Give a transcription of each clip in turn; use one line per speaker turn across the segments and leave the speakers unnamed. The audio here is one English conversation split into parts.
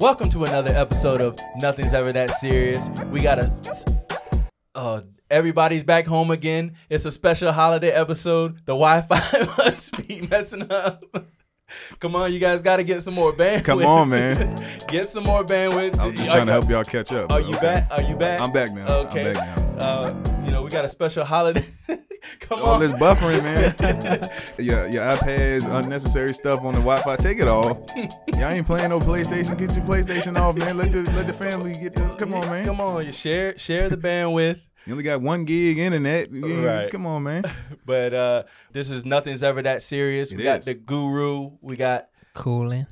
Welcome to another episode of Nothing's Ever That Serious. We got a. Uh, everybody's back home again. It's a special holiday episode. The Wi Fi must be messing up. Come on, you guys got to get some more bandwidth.
Come on, man.
get some more bandwidth.
I was just
Are-
trying to help y'all catch up.
Are
but
Oh, you
okay.
back? Are you back?
I'm back now. I'm
Okay.
back now.
Uh, you know, we got a special holiday. Come
All
on.
this buffering, man. your, your iPads, unnecessary stuff on the Wi-Fi. Take it off. Y'all ain't playing no PlayStation. Get your PlayStation off, man. Let the let the family get. The, come on, man.
Come on, you share share the bandwidth.
You only got one gig internet. You ain't-
Right.
Come on, man.
But uh this is nothing's ever that serious.
It
we got
is.
the guru, we got
Cooling.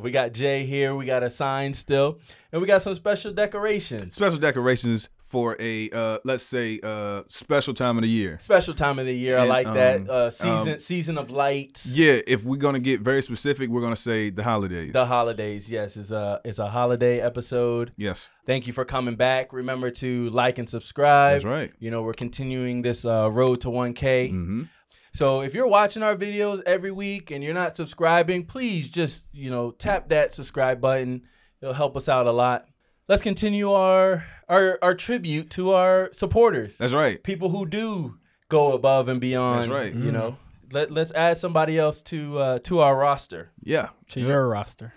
we got Jay here, we got a sign still, and we got some special decorations.
Special decorations for a uh, let's say uh, special time of the year.
Special time of the year, I
And,
like that.
um,
Uh season
um,
season of lights.
Yeah, if we're gonna get very specific, we're gonna say the holidays.
The holidays, yes, is a it's a holiday episode.
yes,
Thank you for coming back. Remember to like and subscribe.
that's right.
You know, we're continuing this uh, road to 1K.
hmm
So if you're watching our videos every week and you're not subscribing, please just, you know, tap that subscribe button. It'll help us out a lot. Let's continue our our, our tribute to our supporters.
That's right.
people who do go above and beyond.
That's right.
You know. Let, let's add somebody else to uh, to our roster.
Yeah.
To your roster.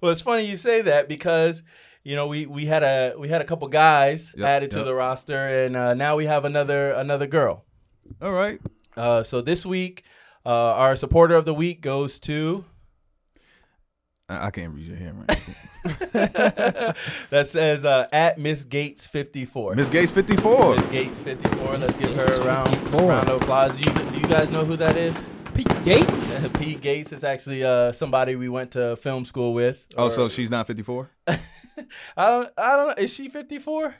Well, it's funny you say that because you know we, we had a we had a couple guys
Yep,
added to
yep.
the roster, and uh, now we have another another girl.
All right.
Uh, so this week, uh, our supporter of the week goes to.
I, I can't read your handwriting.
that says uh, at Miss Gates fifty four.
Miss Gates 54.
Miss Gates fifty four. Let's give her a
Gates
round
54.
round of applause. You, do you guys know who that is?
Pete Gates.
Pete Gates is actually uh, somebody we went to film school with.
Oh,
Or-
so she's not 54?
I don't. I don't. Is she fifty four?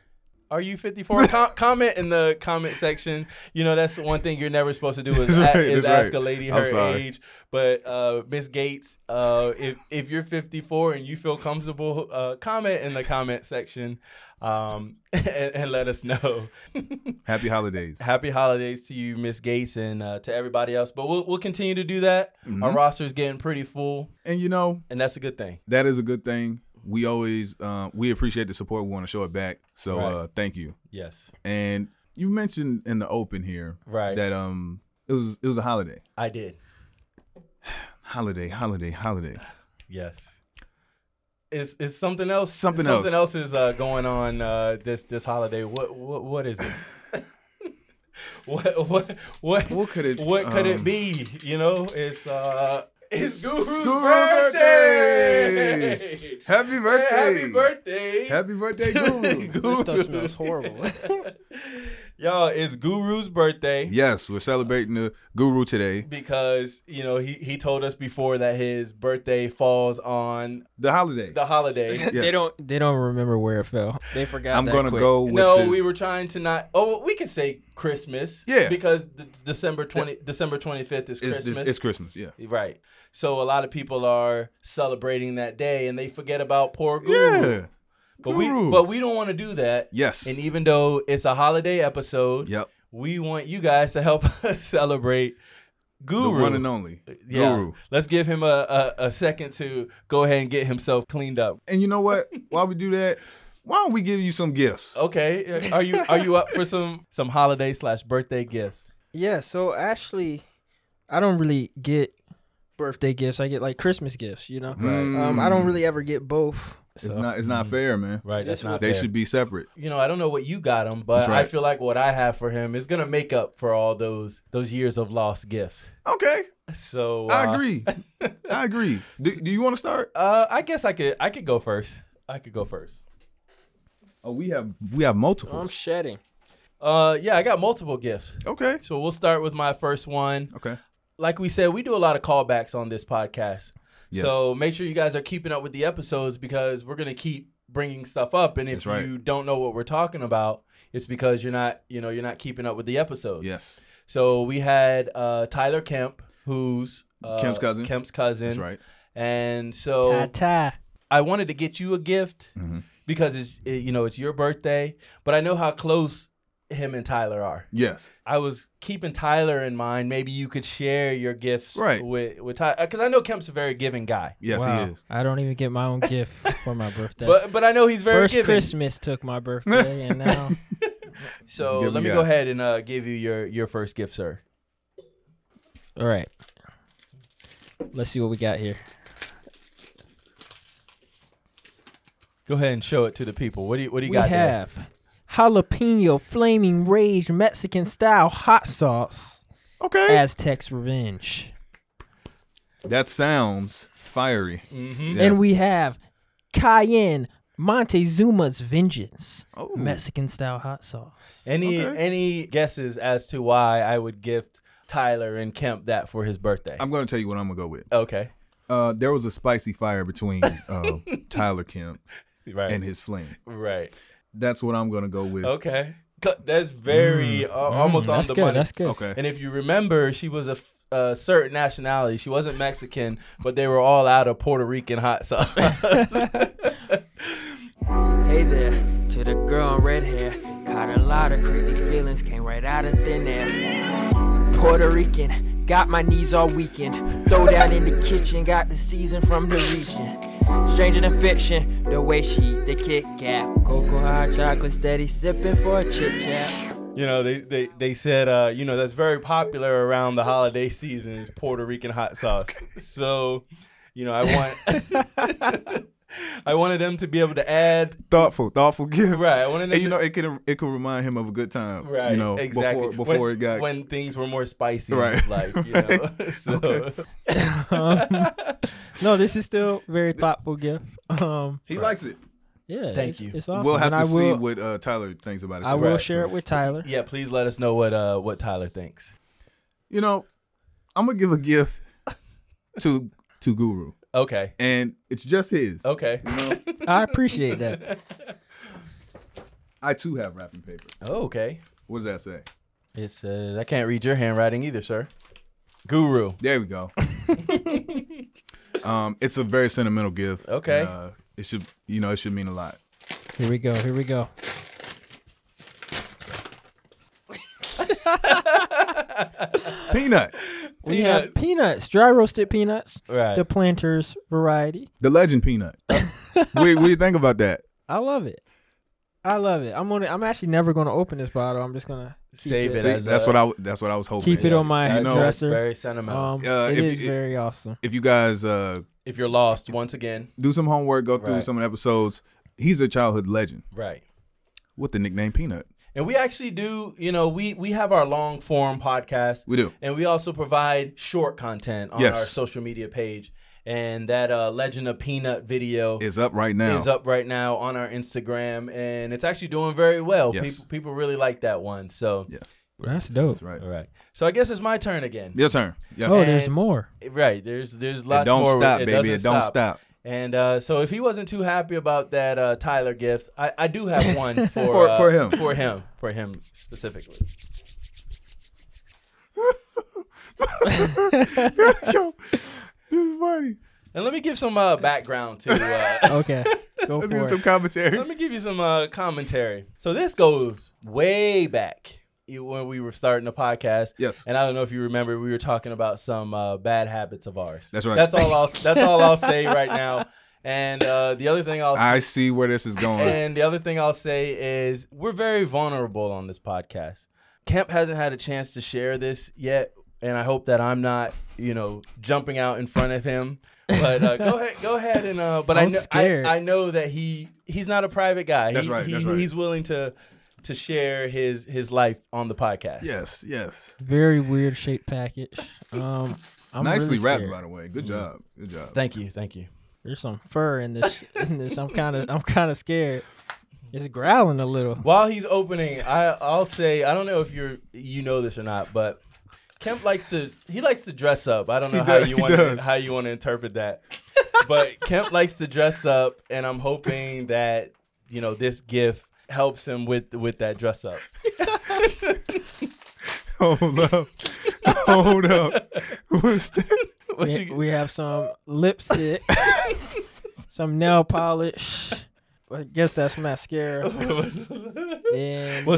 Are you 54? Com- comment in the comment section. You know that's the one thing you're never supposed to do is,
That's
a-
right,
is
that's
ask
right.
a lady
I'm
her
sorry.
age. But uh, Miss Gates, uh, if if you're 54 and you feel comfortable, uh, comment in the comment section, um, and, and let us know.
Happy holidays.
Happy holidays to you, Miss Gates, and uh, to everybody else. But we'll we'll continue to do that.
Mm-hmm.
Our roster is getting pretty full,
And you know,
and that's a good thing.
that is a good thing. We always uh, we appreciate the support. We want to show it back. So uh,
Right.
thank you.
Yes,
And you mentioned in the open here
Right.
that um it was it was a holiday.
I did.
Holiday, holiday, holiday.
Yes. Is is something else?
Something
Something else is uh, going on uh, this this holiday. What what what is it? what what what
What could it-
What could it
um,
be? You know, it's uh, it's Guru's
Guru
birthday.
birthday! Happy
Hey,
birthday.
Happy birthday!
Happy birthday, Guru.
This stuff smells horrible.
Y'all, it's Guru's birthday.
yes, we're celebrating the Guru today.
Because you know he, he told us before that his birthday falls on
The holiday.
the holiday.
Yeah.
They don't. They don't remember where it fell. They forgot.
I'm
that
gonna
quick.
go with
No,
the-
we were trying to not. Oh, we can say Christmas.
Yeah.
because the, December twenty December twenty fifth is
it's,
Christmas.
Christmas. it's Christmas, yeah.
right. So a lot of people are celebrating that day, and they forget about poor Guru.
Yeah.
but we
Guru.
but we don't want to do that.
Yes.
And even though it's a holiday episode,
Yep.
we want you guys to help us celebrate Guru.
The one and only.
yeah.
Guru.
Let's give him a, a, a second to go ahead and get himself cleaned up.
And you know what? While we do that, why don't we give you some gifts?
Okay. Are you are you up for some some holiday slash birthday gifts?
Yeah. So actually, I don't really get birthday gifts. I get like Christmas gifts. You know.
Mm.
Um. I don't really ever get both. So.
It's not. It's not fair, man.
Right, that's
This
Mm. not
They
fair.
should be separate.
You know, I don't know what you got him, but
That's right.
I feel like what I have for him is gonna make up for all those those years of lost gifts.
Okay,
So uh,
I agree. I agree. Do, do you want to start?
Uh, I guess I could I could go first. I could go first.
Oh, we have we have
I'm
multiple.
shedding.
Uh, yeah, I got multiple gifts.
Okay.
So we'll start with my first one.
Okay.
Like we said, we do a lot of callbacks on this podcast.
Yes.
So make sure you guys are keeping up with the episodes because we're gonna keep bringing stuff up. And if
That's right.
you don't know what we're talking about, it's because you're not you know you're not keeping up with the episodes.
Yes.
So we had uh, Tyler Kemp, who's uh,
Kemp's cousin.
Kemp's cousin.
That's right.
And so
ta.
I wanted
Mm-hmm.
to get you a gift because it's it, you know it's your birthday, but I know how close him and Tyler are.
Yes.
I was keeping Tyler in mind. Maybe you could share your gifts
Right.
with with Tyler because I know Kemp's a very giving guy.
Yes, he is.
I don't even get my own gift for my birthday.
But but I know he's very
First
giving.
Christmas took my birthday, and now
So
Give
let
me
me
that.
go ahead and uh, give you your your first gift, sir.
all right. Let's see what we got here.
Go ahead and show it to the people. What do you what do you
we
got there?
have jalapeno flaming rage Mexican style hot sauce
Okay.
Aztecs revenge,
That sounds fiery.
Mm-hmm.
Yeah.
and we have cayenne Montezuma's vengeance
Oh.
Mexican style hot sauce.
Any
Okay.
any guesses as to why I would gift Tyler and Kemp that for his birthday?
I'm gonna tell you what I'm gonna go with.
okay,
Uh, there was a spicy fire between uh, Tyler Kemp
right,
and his flame.
right.
That's what I'm gonna go with.
Okay, C- that's very uh, almost
Mm,
on
that's
the
good.
money.
That's good.
Okay.
And if you remember, she was a, f- a certain nationality. She wasn't Mexican, but they were all out of Puerto Rican hot sauce.
Hey there, to the girl in red hair. Caught a lot of crazy feelings, came right out of thin air. Puerto Rican, got my knees all weakened. Throw down in the kitchen, got the season from the region. Stranger than fiction, the way she eat the Kit Kat. Cocoa hot chocolate, steady sipping for a chit chat.
you know, they they they said, uh, you know, that's very popular around the holiday season is Puerto Rican hot sauce. So, you know, I want. I wanted them to be able to add
Thoughtful, thoughtful gift.
right. I wanted them
And you
to-
know, it could it could remind him of a good time.
Right.
You know,
exactly.
before before
when,
it got
when things were more spicy,
Right.
right? Like you know, so
Okay.
Um, no, this is still very thoughtful gift. Um,
he likes it.
yeah,
Thank
it's,
you.
It's awesome.
We'll have
and
to
I
see
will,
what uh, Tyler thinks about it.
I
too.
will
Right.
share it with Tyler.
yeah, please let us know what uh what Tyler thinks.
You know, I'm gonna give a gift to to Guru,
Okay,
and it's just his.
okay.
You know,
I appreciate that.
I too have wrapping paper.
Oh, okay.
What does that say?
It says I can't read your handwriting either, sir. Guru.
There we go. um, it's a very sentimental gift.
Okay.
Uh, it should, you know, it should mean a lot.
Here we go. Here we go.
Peanut,
We have peanuts, dry roasted peanuts,
Right.
the planters variety.
the legend peanut. what, do you- what do you think about that?
I love it. I love it. I'm gonna. I'm actually never gonna open this bottle. I'm just gonna keep
Save
it.
it
See,
as
that's
a-
what I. That's what I was hoping.
Keep it on my
You know,
dresser.
Very sentimental.
Um,
Uh,
it
if-
is
it-
very awesome.
If you guys uh,
if you're lost, once again,
do some homework, go through
Right.
some of the episodes. He's a childhood legend
right.
with the nickname Peanut.
And we actually do, you know, we we have our long form podcast.
We do.
And we also provide short content on
Yes.
our social media page. And that uh, Legend of Peanut video
Is up right now.
is up right now on our Instagram, and it's actually doing very well.
Yes.
People, people really like that one. So,
Yes.
That's dope.
That's right.
all right. So I guess it's my turn again.
Your turn. Yes.
Oh, there's
And-
more.
Right. There's there's
it
lots
don't
more.
stop, baby.
doesn't
It don't stop.
And uh, so if he wasn't too happy about that uh, Tyler gift, I, I do have one for
For-
uh,
for him.
for him for him specifically.
Yo, this is funny.
And let me give some uh, background to. Uh,
Okay, go
Let's get
for
some
it.
commentary.
let me give you some uh, commentary. So this goes way back when we were starting the podcast.
Yes.
And I don't know if you remember, we were talking about some uh, bad habits of ours.
That's right.
That's all. I'll, that's all I'll say right now. And uh, the other thing I'll
I see where this is going.
and the other thing I'll say is we're very vulnerable on this podcast. Kemp hasn't had a chance to share this yet, and I hope that I'm not, you know, jumping out in front of him. But uh, go ahead, go ahead, and uh, but I
I'm
know,
scared.
I, I know that he he's not a private guy.
That's
He-
right,
he-
that's right.
He's willing to to share his his life on the podcast.
Yes, yes.
Very weird shaped package. Um, I'm
Nicely
really
wrapped,
scared.
by the way. Good job. Good job.
Thank you, thank you.
There's some fur in this. In this, I'm kind of. I'm kind of scared. It's growling a little.
While he's opening, I I'll say I don't know if you're you know this or not, but Kemp likes to he likes to dress up. I don't know how
does,
you
he
want
does.
to, how you want to interpret that, but Kemp likes to dress up, and I'm hoping that you know this gift helps him with with that dress up.
Hold up. Hold up. What's that?
What
we,
you-
we have some lipstick, some nail polish. I guess that's mascara. And
What's
uh,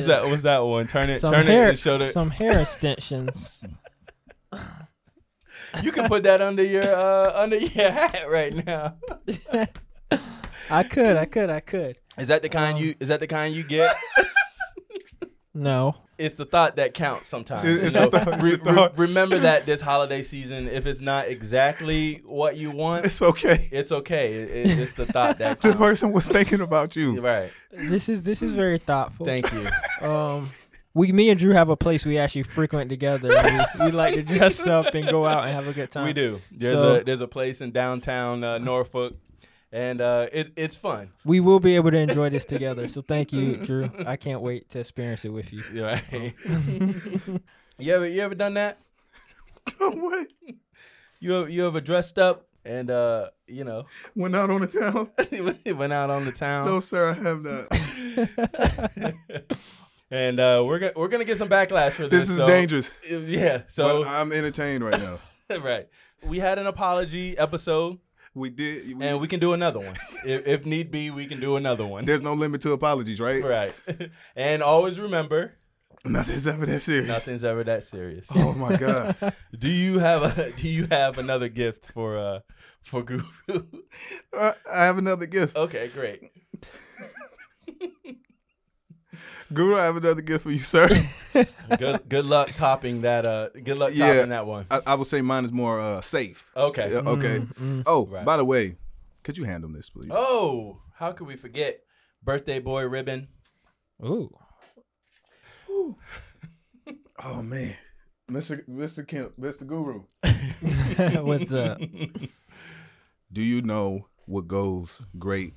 that? What's that one? Turn it,
Some
turn it,
hair,
and show the.
some hair extensions.
You can put that under your uh, under your hat right now.
I could, I could, I could.
Is that the kind
Um,
you? Is that the kind you get?
No,
it's the thought that counts sometimes.
It-
you
it's
know?
the thought- it's
Re-
the
re-
thought.
remember that this holiday season, if it's not exactly what you want,
It's okay.
it's okay. It- it- it's the thought that
The
counts.
person was thinking about you.
Right.
this is this is very thoughtful.
Thank you.
um, we, me and Drew have a place we actually frequent together. We, we like to dress up and go out and have a good time.
We do. There's
So-
a there's a place in downtown uh, Norfolk, and uh, it it's fun.
We will be able to enjoy this together. So thank you, Drew. I can't wait to experience it with you.
You, right? you ever you ever done that?
what?
You ever, you ever dressed up and uh, you know
Went out on the town?
went out on the town?
No, sir, I have not.
and uh, we're gonna we're gonna get some backlash for this.
This is
so-
dangerous.
Yeah. So
But I'm entertained right now.
right. We had an apology episode,
We did. We,
and we can do another one if, if need be. We can do another one.
there's no limit to apologies, right?
Right. and always remember,
Nothing's ever that serious.
nothing's ever that serious.
Oh my god.
Do you have a Do you have another gift for uh for Guru?
Uh, I have another gift.
okay, great.
Guru, I have another gift for you, sir.
Good Good luck topping that. Uh, good luck topping
Yeah.
that one.
I, I would say mine is more uh, safe.
Okay.
Yeah, okay. Oh,
Right.
by the way, could you handle this, please?
Oh, how could we forget birthday boy ribbon?
Ooh,
Oh man, Mr. Mr. Kemp, Mr. Guru,
what's up?
do you know what goes great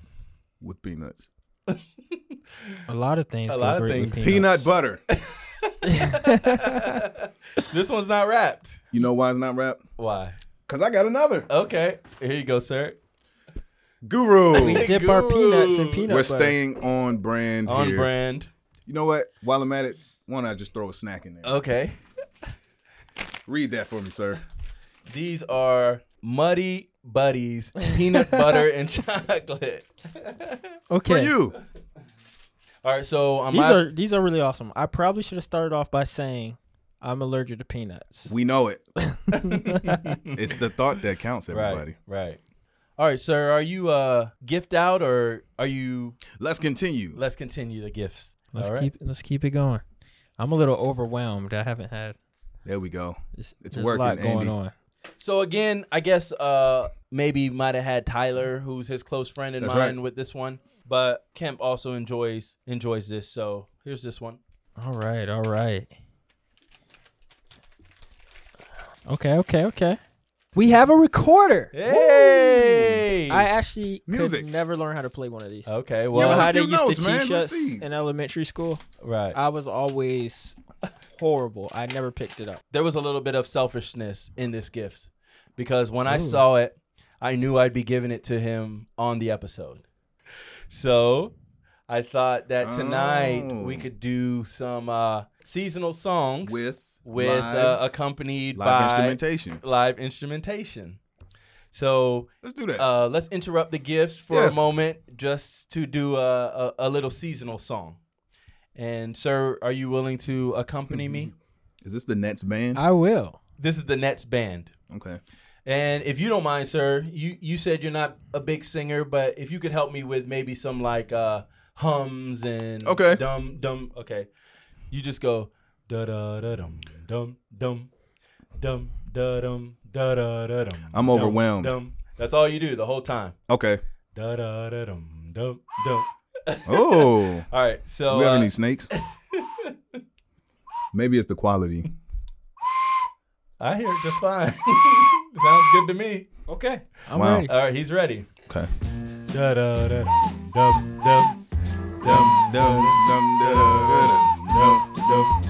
with peanuts?
A lot of things.
A
go
lot of
great with
things.
Peanut butter.
This one's not wrapped.
You know why it's not wrapped?
Why?
Cause I got another.
Okay. Here you go, sir.
Guru,
Dip our peanuts in
Guru.
peanut
we're
butter.
staying on brand
On
here.
brand.
You know what? While I'm at it, why don't I just throw a snack in there?
Okay.
Read that for me, sir.
These are Muddy Buddies peanut butter and chocolate.
Okay.
For you.
All right, so on
These
my
are these are really awesome. I probably should have started off by saying I'm allergic to peanuts.
We know it. it's the thought that counts, everybody.
right, right. All right, sir, are you uh gift out or are you
Let's continue.
let's continue the gifts?
Let's
All right.
keep let's keep it going. I'm a little overwhelmed. I haven't had
There we go.
it's,
It's
there's
working,
a lot going
Andy.
on.
So again, I guess uh maybe might have had Tyler, who's his close friend and
That's
mine
right.
with this one. But Kemp also enjoys enjoys this, so here's this one.
All right, all right. Okay, okay, okay. We have a recorder.
Hey!
I actually
Music.
could never learn how to play one of these.
okay,
You
well,
know
was a
how they
few
used
notes,
to
man.
teach
Let's
us
see.
in elementary school?
right.
I was always horrible. I never picked it up.
there was a little bit of selfishness in this gift because when I saw it, I knew I'd be giving it to him on the episode. So I thought that tonight
Oh.
we could do some uh, seasonal songs
With
with
live,
uh, accompanied
live
by
instrumentation.
live instrumentation. So
Let's do that.
uh, let's interrupt the gifts for
Yes.
a moment just to do a, a, a little seasonal song. And sir, are you willing to accompany me?
Mm-hmm. Is this the Nets band?
I will.
This is the Nets band.
okay.
And if you don't mind, sir, you you said you're not a big singer, but if you could help me with maybe some like uh hums and
Okay.
dum dum okay. You just go da da da dum dum dum dum da dum da da da dum.
I'm
dum,
overwhelmed.
Dum. That's all you do the whole time.
Okay.
Da da da dum dum dum.
Oh.
All right, so
we have
uh,
any snakes? Maybe it's the quality.
I hear it just fine. Sounds good to me. Okay.
I'm
Wow.
ready.
All right, he's ready.
Okay.
Da da da dum dum
Dum, dum, dum, da, da, da, dum, dum,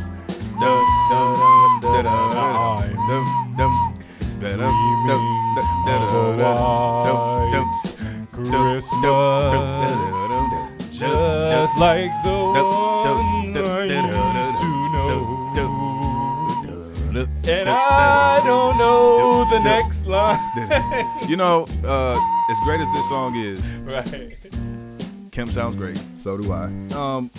dum, dum, da, da, da, dum, dum, da, da, dum, da, da, da, da, dum, dum, dum, dum, da, da, da, da,
just like the ones
dum,
I
dum,
used to
dum,
know.
da, da, da,
And
da,
I don't know the
dum,
next line.
You know, uh, as great as this song is,
right.
Kemp sounds great. So do I. Um,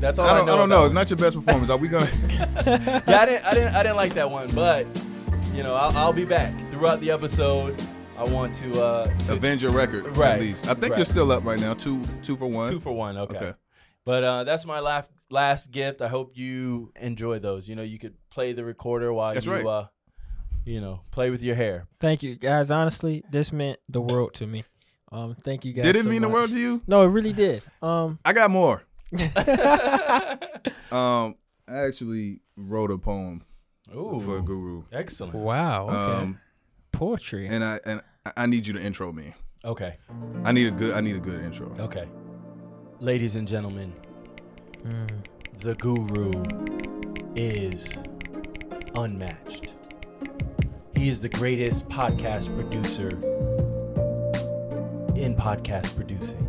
That's all
I don't, I don't
about
know.
it.
It's not your best performance. Are we gonna?
yeah, I didn't, I didn't, I didn't like that one, but you know, I'll, I'll be back throughout the episode. I want to, uh, to
Avenge your record,
Right,
at least. I think
right.
you're still up right now, two two for one.
two for one. Okay.
Okay.
But uh, that's my last last gift. I hope you enjoy those. You know, you could play the recorder while
That's
you,
right.
uh, you know, play with your hair.
Thank you guys. Honestly, this meant the world to me. Um, thank you guys.
Did it
so
mean
much.
the world to you?
No, it really did. Um,
I got more. um, I actually wrote a poem for
Ooh,
Guru.
excellent.
wow. Okay.
Um,
Poetry.
and I and I- I need you to intro me.
Okay,
I need a good. I need a good intro.
okay. Ladies and gentlemen,
Mm.
the guru is unmatched. He is the greatest podcast producer in podcast producing.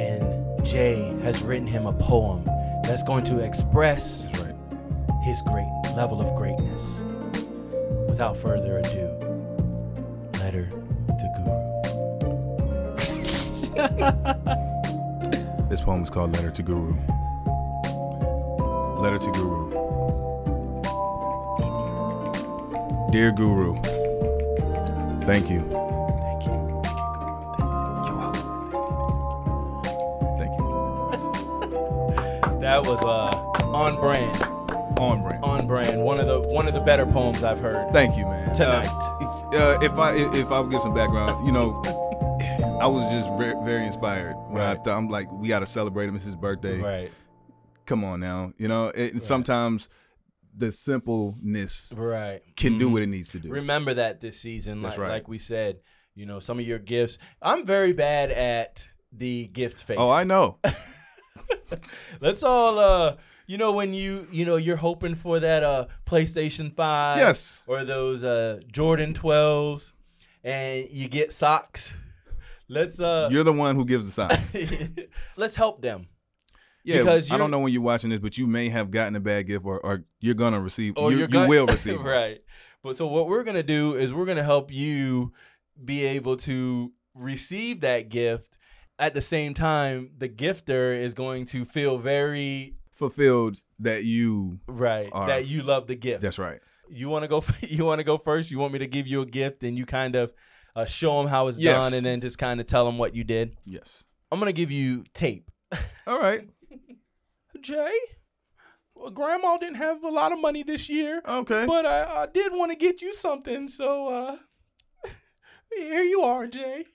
And Jay has written him a poem that's going to express
That's right.
his great level of greatness. Without further ado, letter to
This poem is called Letter to Guru. Letter to Guru. Dear Guru, thank you. Thank you.
Guru. That was uh, on brand,
On brand.
on brand. One of the one of the better poems I've heard.
Thank you, man.
Tonight.
Uh, uh, if I if I would get some background, you know, I was just very, very inspired when I
Right.
thought I'm like, we got to celebrate him. It's his birthday.
Right,
Come on now, you know. It, Sometimes the simpleness
right.
can do what it needs to do.
Remember that this season,
That's
like,
right.
like we said, you know, some of your gifts. I'm very bad at the gift face.
oh, I know.
Let's all uh you know when you you know you're hoping for that uh PlayStation 5
Yes.
or those uh Jordan 12s and you get socks. Let's uh
You're the one who gives the sign.
let's help them.
Yeah,
Because
I
you're-
don't know when you're watching this, but you may have gotten a bad gift, or, or you're gonna receive.
Or
you,
you're
you
gonna-
will receive. one.
right. But so what we're going to do is we're going to help you be able to receive that gift at the same time the gifter is going to feel very
Fulfilled that you.
right
All
that
right.
you love the gift.
That's right.
you want to go you want to go first you want me to give you a gift and you kind of uh, show them how it's
Yes.
done and then just kind of tell them what you did
Yes.
i'm gonna give you tape
All right.
jay well, grandma didn't have a lot of money this year
Okay.
but i, I did want to get you something so uh here you are jay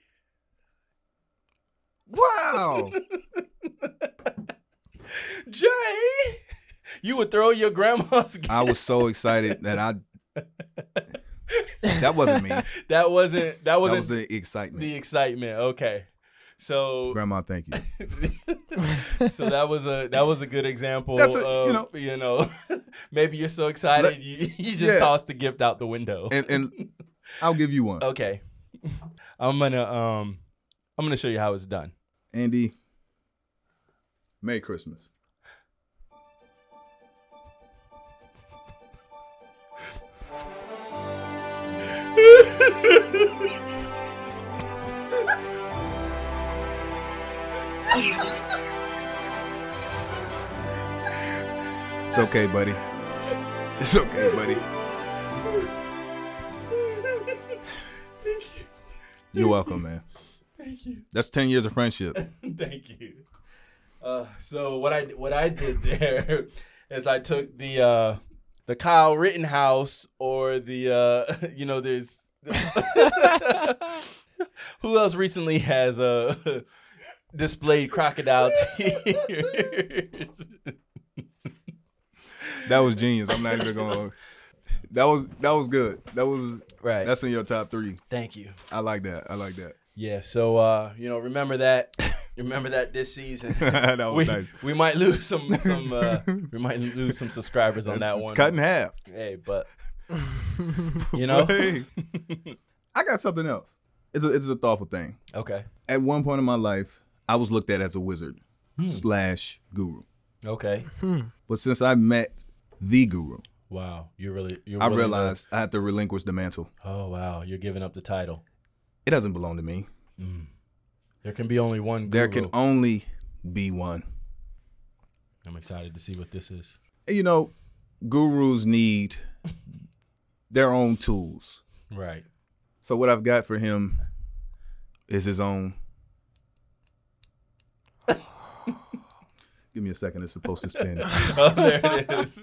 wow.
jay you would throw your grandma's gift.
I was so excited that I. that wasn't me. That
that wasn't that wasn't
was the excitement.
the excitement okay so
Grandma, thank you.
so that was a that was a good example
That's a-
of,
you
you
know-
know, maybe you're so excited
Let-
you, you just
yeah.
tossed the gift out the window.
And and I'll give you one,
okay. I'm going to um I'm going to show you how it's done.
Andy. Merry Christmas. It's okay, buddy. It's okay, buddy. You're welcome, man.
Thank you.
That's ten years of friendship.
Thank you. Uh, so what I what I did there is I took the uh, the Kyle Rittenhouse or the uh, you know there's who else recently has uh, displayed crocodile tears.
That was genius. I'm not even going. That was that was good. That was
Right.
That's in your top three.
Thank you.
I like that. I like that.
Yeah. So uh, you know remember that remember that this season.
that was
We,
nice.
we might lose some some uh, we might lose some subscribers on that
it's
one.
cut in half.
Hey, but you know.
Hey. I got something else. It's a, it's a thoughtful thing.
Okay.
At one point in my life, I was looked at as a wizard
Hmm.
slash guru,
Okay.
but since I met the guru,
Wow. You're really. You're
I
really
realized I had to relinquish the mantle.
oh wow. You're giving up the title.
It doesn't belong to me.
There can be only one. Guru.
There can only be one.
I'm excited to see what this is.
You know, gurus need their own tools.
Right.
So what I've got for him is his own. Give me a second. It's supposed to spin.
Oh, there it is.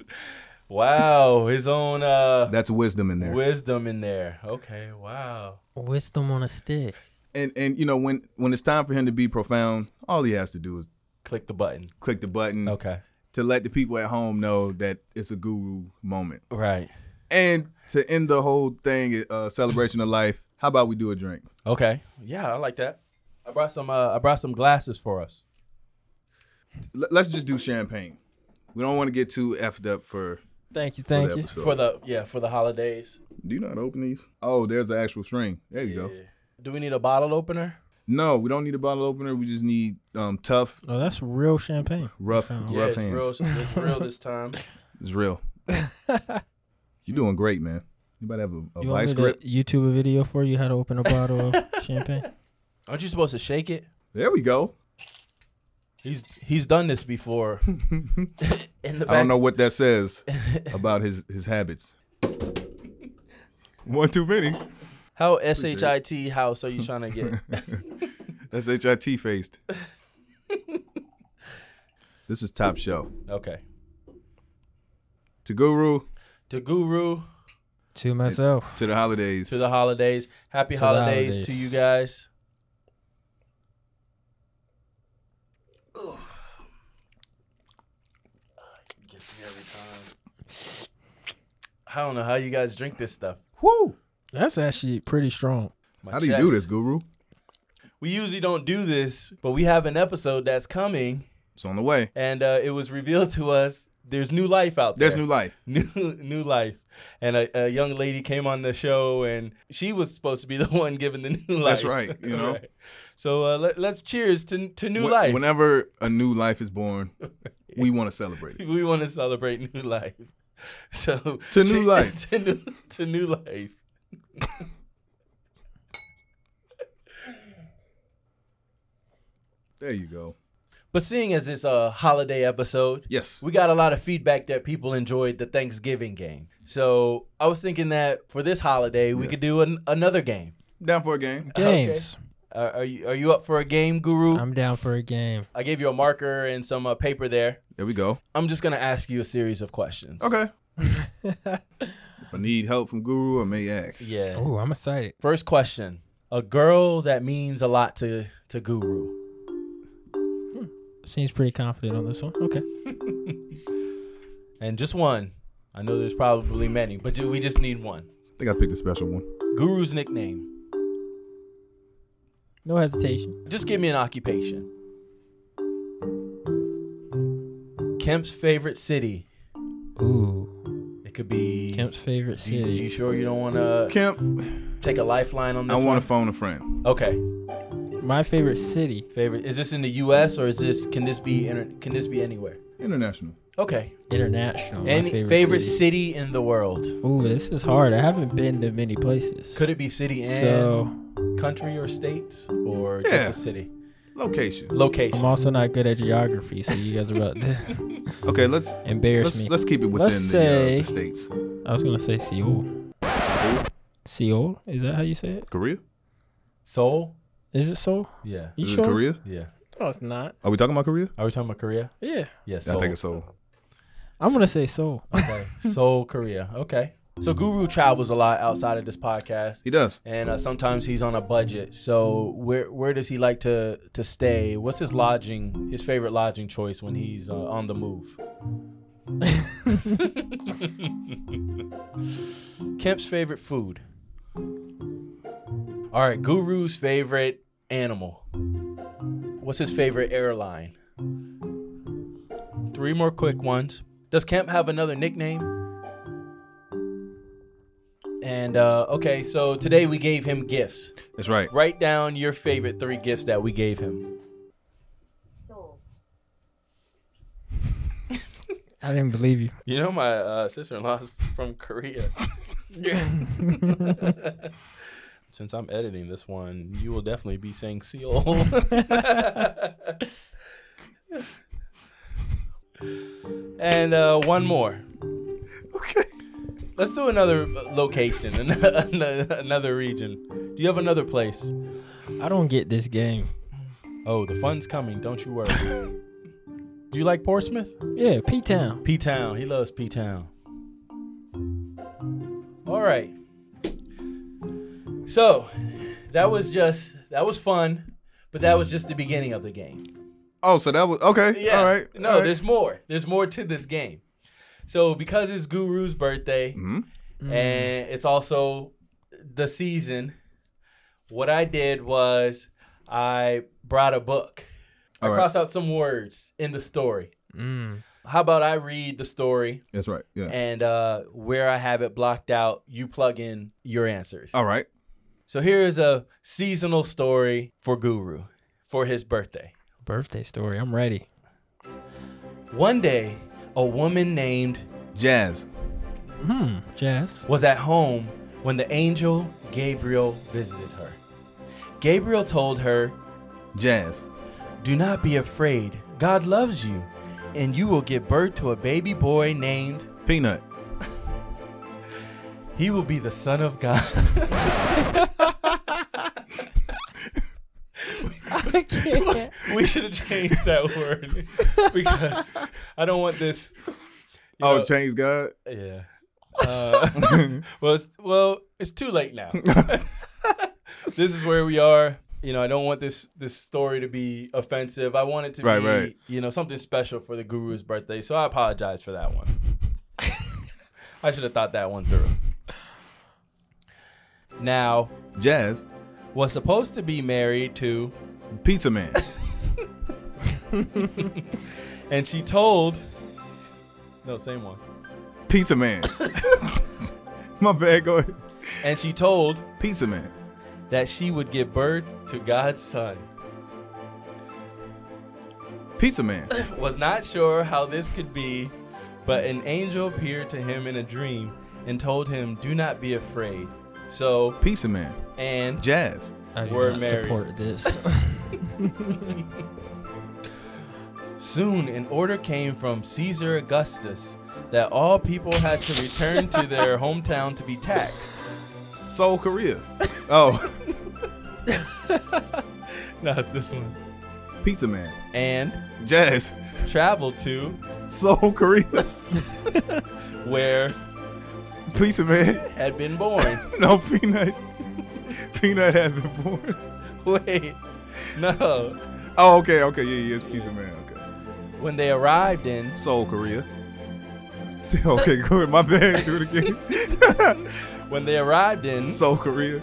Wow, his own uh,
That's wisdom in there.
wisdom in there. Okay, wow.
Wisdom on a stick.
and and you know when when it's time for him to be profound, all he has to do is
Click the button.
click the button
Okay.
to let the people at home know that it's a guru moment.
Right.
And to end the whole thing, uh, celebration of life. How about we do a drink?
Okay. Yeah, I like that. I brought some. Uh, I brought some glasses for us.
L- let's just do champagne. We don't want to get too effed up for,
Thank you,
for
thank
the
you.
episode.
For the yeah, for the holidays.
do you know how to open these? Oh, there's the actual string. There you go.
Yeah. Do we need a bottle opener?
No, we don't need a bottle opener. We just need um, tough,
Oh, that's real champagne.
rough,
Yeah,
yeah,
rough
it's
hands.
real. It's real this time.
It's real. You're doing great, man. Anybody have a, a
You
vice
want me
grip?
to YouTube a video for you how to open a bottle of champagne?
Aren't you supposed to shake it?
There we go.
He's he's done this before. in the back.
I don't know what that says about his his habits. One too many.
How shit house are you trying to get?
That's HIT faced. this is top shelf.
okay.
To Guru,
To Guru,
to myself.
to the holidays.
to the holidays. Happy
To the
holidays, to
holidays.
you guys. I don't know how you guys drink this stuff.
Woo!
That's actually pretty strong.
My
How do you
chest.
do this, Guru?
We usually don't do this, but we have an episode that's coming,
It's on the way.
and uh, it was revealed to us there's new life out there.
There's new life.
new new life and a, a young lady came on the show and she was supposed to be the one giving the new life
That's right, you know.
so uh, let, let's cheers to to new
Wh-
life
Whenever a new life is born, we want to celebrate. it.
we want to celebrate new life so
To new life.
to new, to new life
There you go.
but seeing as it's a holiday episode
Yes.
we got a lot of feedback that people enjoyed the thanksgiving game so i was thinking that for this holiday we
Yeah.
could do an, another game
Down for a game.
Games.
are, are you are you up for a game guru
I'm down for a game.
i gave you a marker and some uh, paper there
There we go.
I'm just gonna ask you a series of questions.
Okay. if I need help from Guru, I may ask.
Yeah.
Oh, I'm excited.
First question: A girl that means a lot to to Guru.
Seems pretty confident on this one. Okay.
And just one. I know there's probably many, but do we just need one?
I think I picked a special one.
Guru's nickname.
No hesitation.
Just give me an occupation. Kemp's favorite city.
Ooh.
It could be.
Kemp's favorite
You, you
city.
sure you don't want to
Kemp,
take a lifeline on
I
this
want
one?
to phone a friend.
okay.
My favorite city.
Favorite. Is this in the U.S. or is this? Can this be? Inter- can this be anywhere?
International.
Okay.
International. my
Any
favorite,
favorite,
city.
city in the world?
Ooh, this is hard. I haven't been to many places.
Could it be city and
so
country or states or
Yeah.
just a city?
Location.
Location.
I'm also not good at geography, so you guys are about to
Okay, let's
embarrass
let's
me.
let's keep it within
Let's
the, uh,
say-
the states.
I was gonna say Seoul. Seoul? Is that how you say it?
Korea?
Seoul?
Is it Seoul?
Yeah.
You
Is
sure?
it Korea?
Yeah.
No, it's not.
Are we talking about Korea?
Are we talking about Korea?
Yeah.
Yeah,
I
Seoul.
think it's Seoul.
I'm gonna say Seoul.
okay. Seoul, Korea. Okay. So Guru travels a lot outside of this podcast.
He does.
And uh, sometimes he's on a budget. So where where does he like to to stay? What's his lodging? His favorite lodging choice when he's uh, on the move? Kemp's favorite food. All right, Guru's favorite animal. What's his favorite airline? Three more quick ones. Does Kemp have another nickname? And uh, okay, so today we gave him gifts.
That's right.
Write down your favorite three gifts that we gave him.
Soul.
I didn't believe you.
You know, my uh, sister in law's from Korea. Since I'm editing this one, you will definitely be saying Seoul. And uh, one more.
Okay.
Let's do another location, another another region. Do you have another place?
I don't get this game.
Oh, the fun's coming. Don't you worry. Do you like Portsmouth?
Yeah, P Town.
P Town. He loves P Town. All right. So that was just that was fun, but that was just the beginning of the game.
Oh, so that was okay.
Yeah.
All right.
No,
all right.
there's more. There's more to this game. So because it's Guru's birthday
Mhm.
and it's also the season, what I did was I brought a book. I
All right.
crossed out some words in the story.
Mm.
How about I read the story
That's right. Yeah.
and uh, where I have it blocked out, you plug in your answers.
all right.
So here is a seasonal story for Guru for his birthday.
Birthday story. I'm ready.
One day, a woman named
Jazz.
Hmm. Jazz.
was at home when the angel Gabriel visited her. Gabriel told her,
Jazz.
Do not be afraid. God loves you, and you will give birth to a baby boy named
Peanut.
He Will Be the Son of God.
I can't.
we should have changed that word because I don't want this. you
Oh,
know-
change God.
yeah. Uh, well, it's, well, it's too late now. this is where we are. You know, I don't want this this story to be offensive. I want it to
Right,
be,
right.
you know, something special for the guru's birthday. So I apologize for that one. I should have thought that one through. Now,
Jazz.
was supposed to be married to,
Pizza Man.
and she told. No, same one.
Pizza Man. My bad. Go ahead.
And she told
Pizza Man.
that she would give birth to God's son.
Pizza Man.
was not sure how this could be, but an angel appeared to him in a dream and told him, "Do not be afraid." So,
Pizza Man.
and
Jazz.
I do
We're
not
married.
support this.
soon an order came from Caesar Augustus that all people had to return to their hometown to be taxed.
Seoul, Korea. Oh,
That's this one.
Pizza Man.
And
Jazz.
travel to
Seoul, Korea.
where
Pizza Man.
had been born.
No, Peanut. Peanut had been born.
Wait, no.
Oh, okay, okay, yeah, yeah, it's Pizza Man. Okay.
When they arrived in
Seoul, Korea. See, okay, good. My bad. Do it again.
when they arrived in
Seoul, Korea.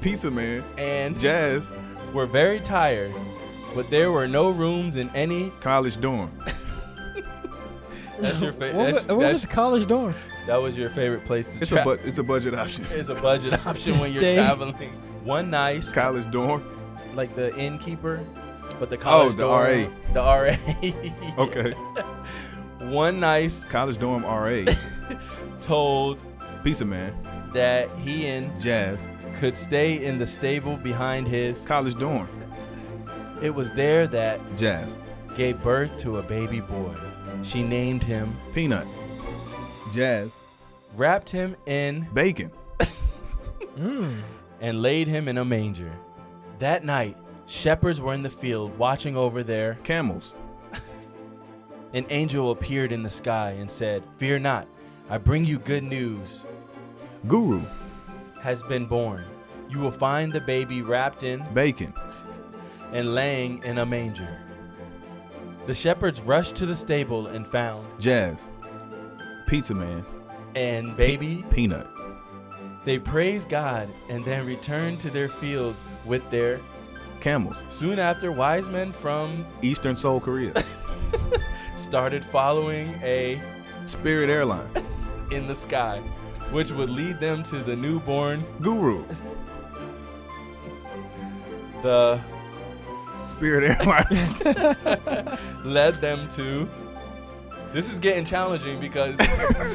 Pizza Man.
and
Jazz.
were very tired, but there were no rooms in any.
College dorm.
That's your
what
favorite.
wa-
That's,
what was the
that's-
college dorm?
that was your favorite place to
It's a
travel.
bu- it's a budget option.
it's a budget option
Just
when you're
stay.
traveling. One nice,
College dorm.
like the innkeeper, but the college
Oh, the
dorm- The RA.
Okay.
One nice
College dorm RA.
told
Pizza Man.
that he and
Jazz.
could stay in the stable behind his.
College dorm.
It was there that
Jazz.
gave birth to a baby boy. She named him,
Peanut. Jazz.
wrapped him in
Bacon.
Mm.
and laid him in a manger. That night, shepherds were in the field watching over there.
Camels.
An angel appeared in the sky and said, Fear not, I bring you good news,
Guru.
has been born. You will find the baby wrapped in
Bacon.
and laying in a manger. The shepherds rushed to the stable and found,
Jazz. Pizza Man.
and baby,
Peanut.
they praised God and then returned to their fields with their.
Camels.
Soon after, wise men from
Eastern Seoul, Korea.
started following a
Spirit Airline.
in the sky, which would lead them to the newborn,
Guru.
the
Spirit Airline.
led them to. This is getting challenging because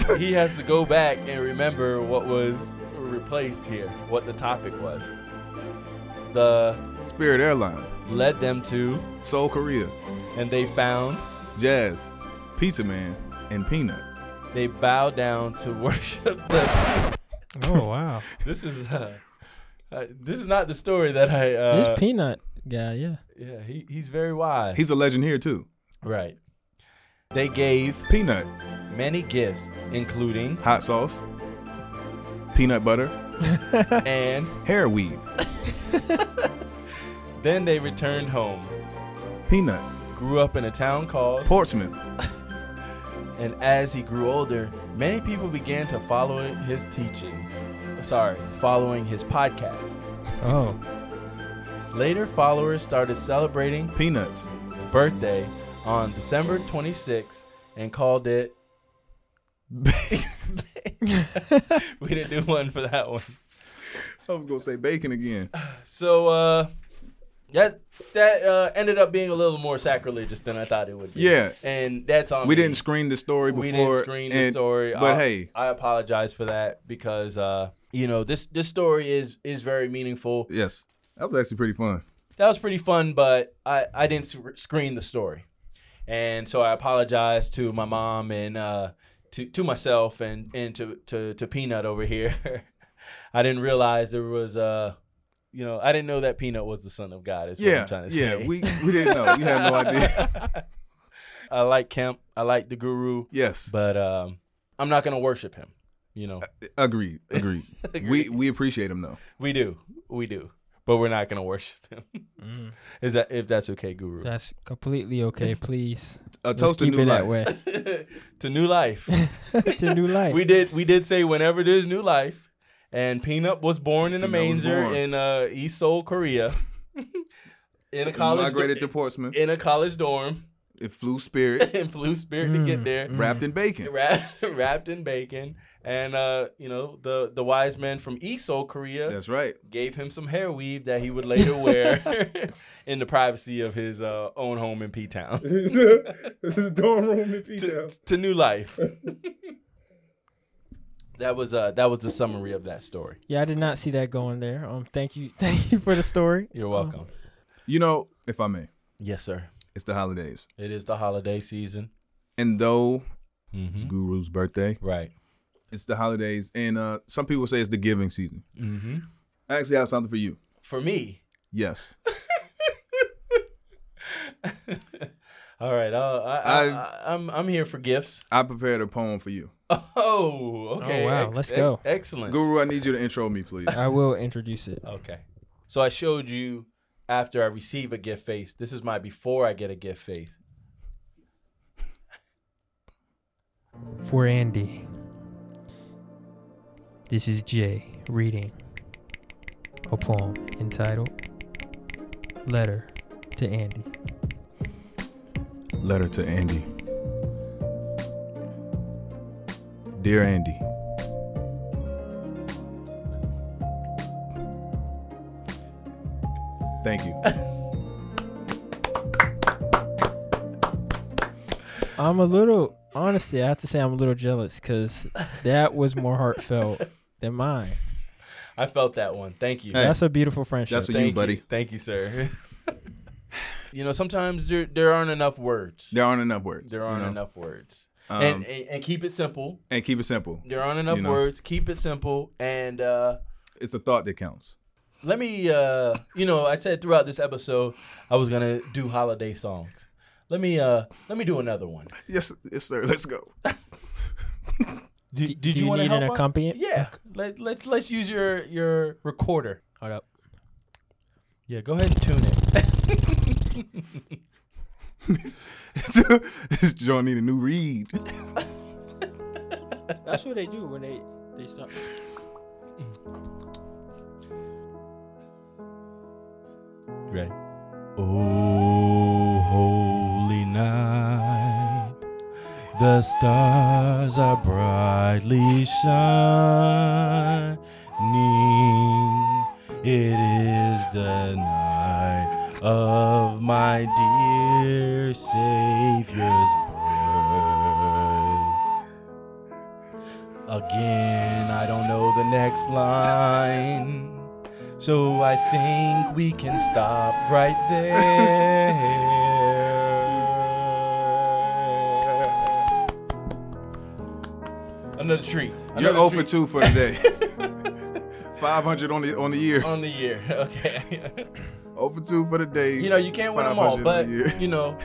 he has to go back and remember what was replaced here, what the topic was. The
Spirit Airline.
led them to,
Seoul, Korea.
and they found
Jazz. Pizza Man, and Peanut.
They bow down to worship the.
Oh wow,
This is. Uh, uh, this is not the story that I. Uh,
this peanut guy, yeah.
yeah, he, he's very wise.
He's a legend here too.
right. They gave
Peanut,
many gifts, including
hot sauce, peanut butter,
and
hair weave,
then they returned home.
peanut,
Grew up in a town called
Portsmouth,
and as he grew older, many people began to follow his teachings. Sorry, following his podcast.
Oh,
Later, followers started celebrating
peanuts,
birthday on December 26th and called it. we didn't do one for that one.
I was gonna say bacon again.
So uh, that that uh, ended up being a little more sacrilegious than I thought it would be.
Yeah.
and that's on
We
me.
didn't screen the story before.
Oh, we didn't screen the
and-
story.
But
I,
hey,
I apologize for that because uh, you know this this story is is very meaningful.
yes, that was actually pretty fun.
That was pretty fun, but I I didn't sc- screen the story, and so I apologize to my mom and uh, to to myself and and to to, to Peanut over here. I didn't realize there was uh you know I didn't know that Peanut was the son of God. Is what
yeah,
I'm trying to
yeah,
say.
we we didn't know. You had no idea.
I like Kemp. I like the Guru,
yes,
but um, I'm not gonna worship him. You know,
agreed, agreed. We we appreciate him though.
we do, we do, but we're not gonna worship him. Is that if that's okay, Guru?
that's completely okay. Please,
A
Let's
toast to
keep
new
it
life.
that way.
to new life.
it's a new life.
we did, we did say whenever there's new life, and Peanut was born in a
Peanut was
manger
born.
in uh, East Seoul, Korea, in a
It
college
migrated to Portsmouth. It,
in a college dorm,
flew spirit,
and flew spirit to get there.
wrapped in bacon.
wrapped, wrapped in bacon. And uh, you know the the wise men from East Seoul, Korea,
That's right.
gave him some hair weave that he would later wear in the privacy of his uh, own home in P Town
dorm room in
to, to new life. that was uh, that was the summary of that story.
Yeah, I did not see that going there. Um, thank you, thank you for the story. Um,
You're welcome.
You know, if I may,
Uh-huh. Yes, sir.
it's the holidays,
It is the holiday season, Mm-hmm.
and though it's Guru's birthday,
right?
it's the holidays, and uh, some people say it's the giving season.
Mm-hmm.
I actually have something for you.
For me,
Yes,
all right. Uh, I, I,
I've-
I, I'm I'm here for gifts.
I prepared a poem for you,
Oh, okay.
wow. Let's go.
Excellent.
Guru. I need you to intro me, please.
I will introduce it.
Okay. So I showed you after I receive a gift face. This is my before I get a gift face.
For Andy, this is Jay reading a poem entitled Letter to Andy.
Letter to Andy. Dear Andy, thank you.
I'm a little, honestly, I have to say I'm a little jealous because that was more heartfelt than mine.
I felt that one. Thank you.
Hey,
That's a beautiful friendship.
That's what
Thank
you, buddy.
Thank you, sir. you know, sometimes there there aren't enough words.
There aren't enough words.
There
you
aren't
know?
enough words.
Um,
and,
and,
and and keep it simple.
keep it simple.
There aren't enough
You know.
words. Keep it simple. And uh,
It's the thought that counts.
let me, uh, you know, I said throughout this episode I was gonna do holiday songs. Let me, uh, let me do another one.
Yes, yes, sir. Let's go.
Do, did
do you
wanna
need an
help out?
accompanyant?
Yeah. Let, let's let's use your your recorder.
Hold up.
Yeah, go ahead and tune it.
John need a new read.
That's what they do when they, they stop.
Ready? Oh, holy night, the stars are brightly shining. It is the night of my dear Savior's birth. Again, I don't know the next line. So I think we can stop right there. another tree.
You're
Another tree
0 for 2 for the day. 500 on the on the year.
on the year. Okay.
0 for 2 for the day.
you know, you can't win them all,
500
but
on the year.
you know,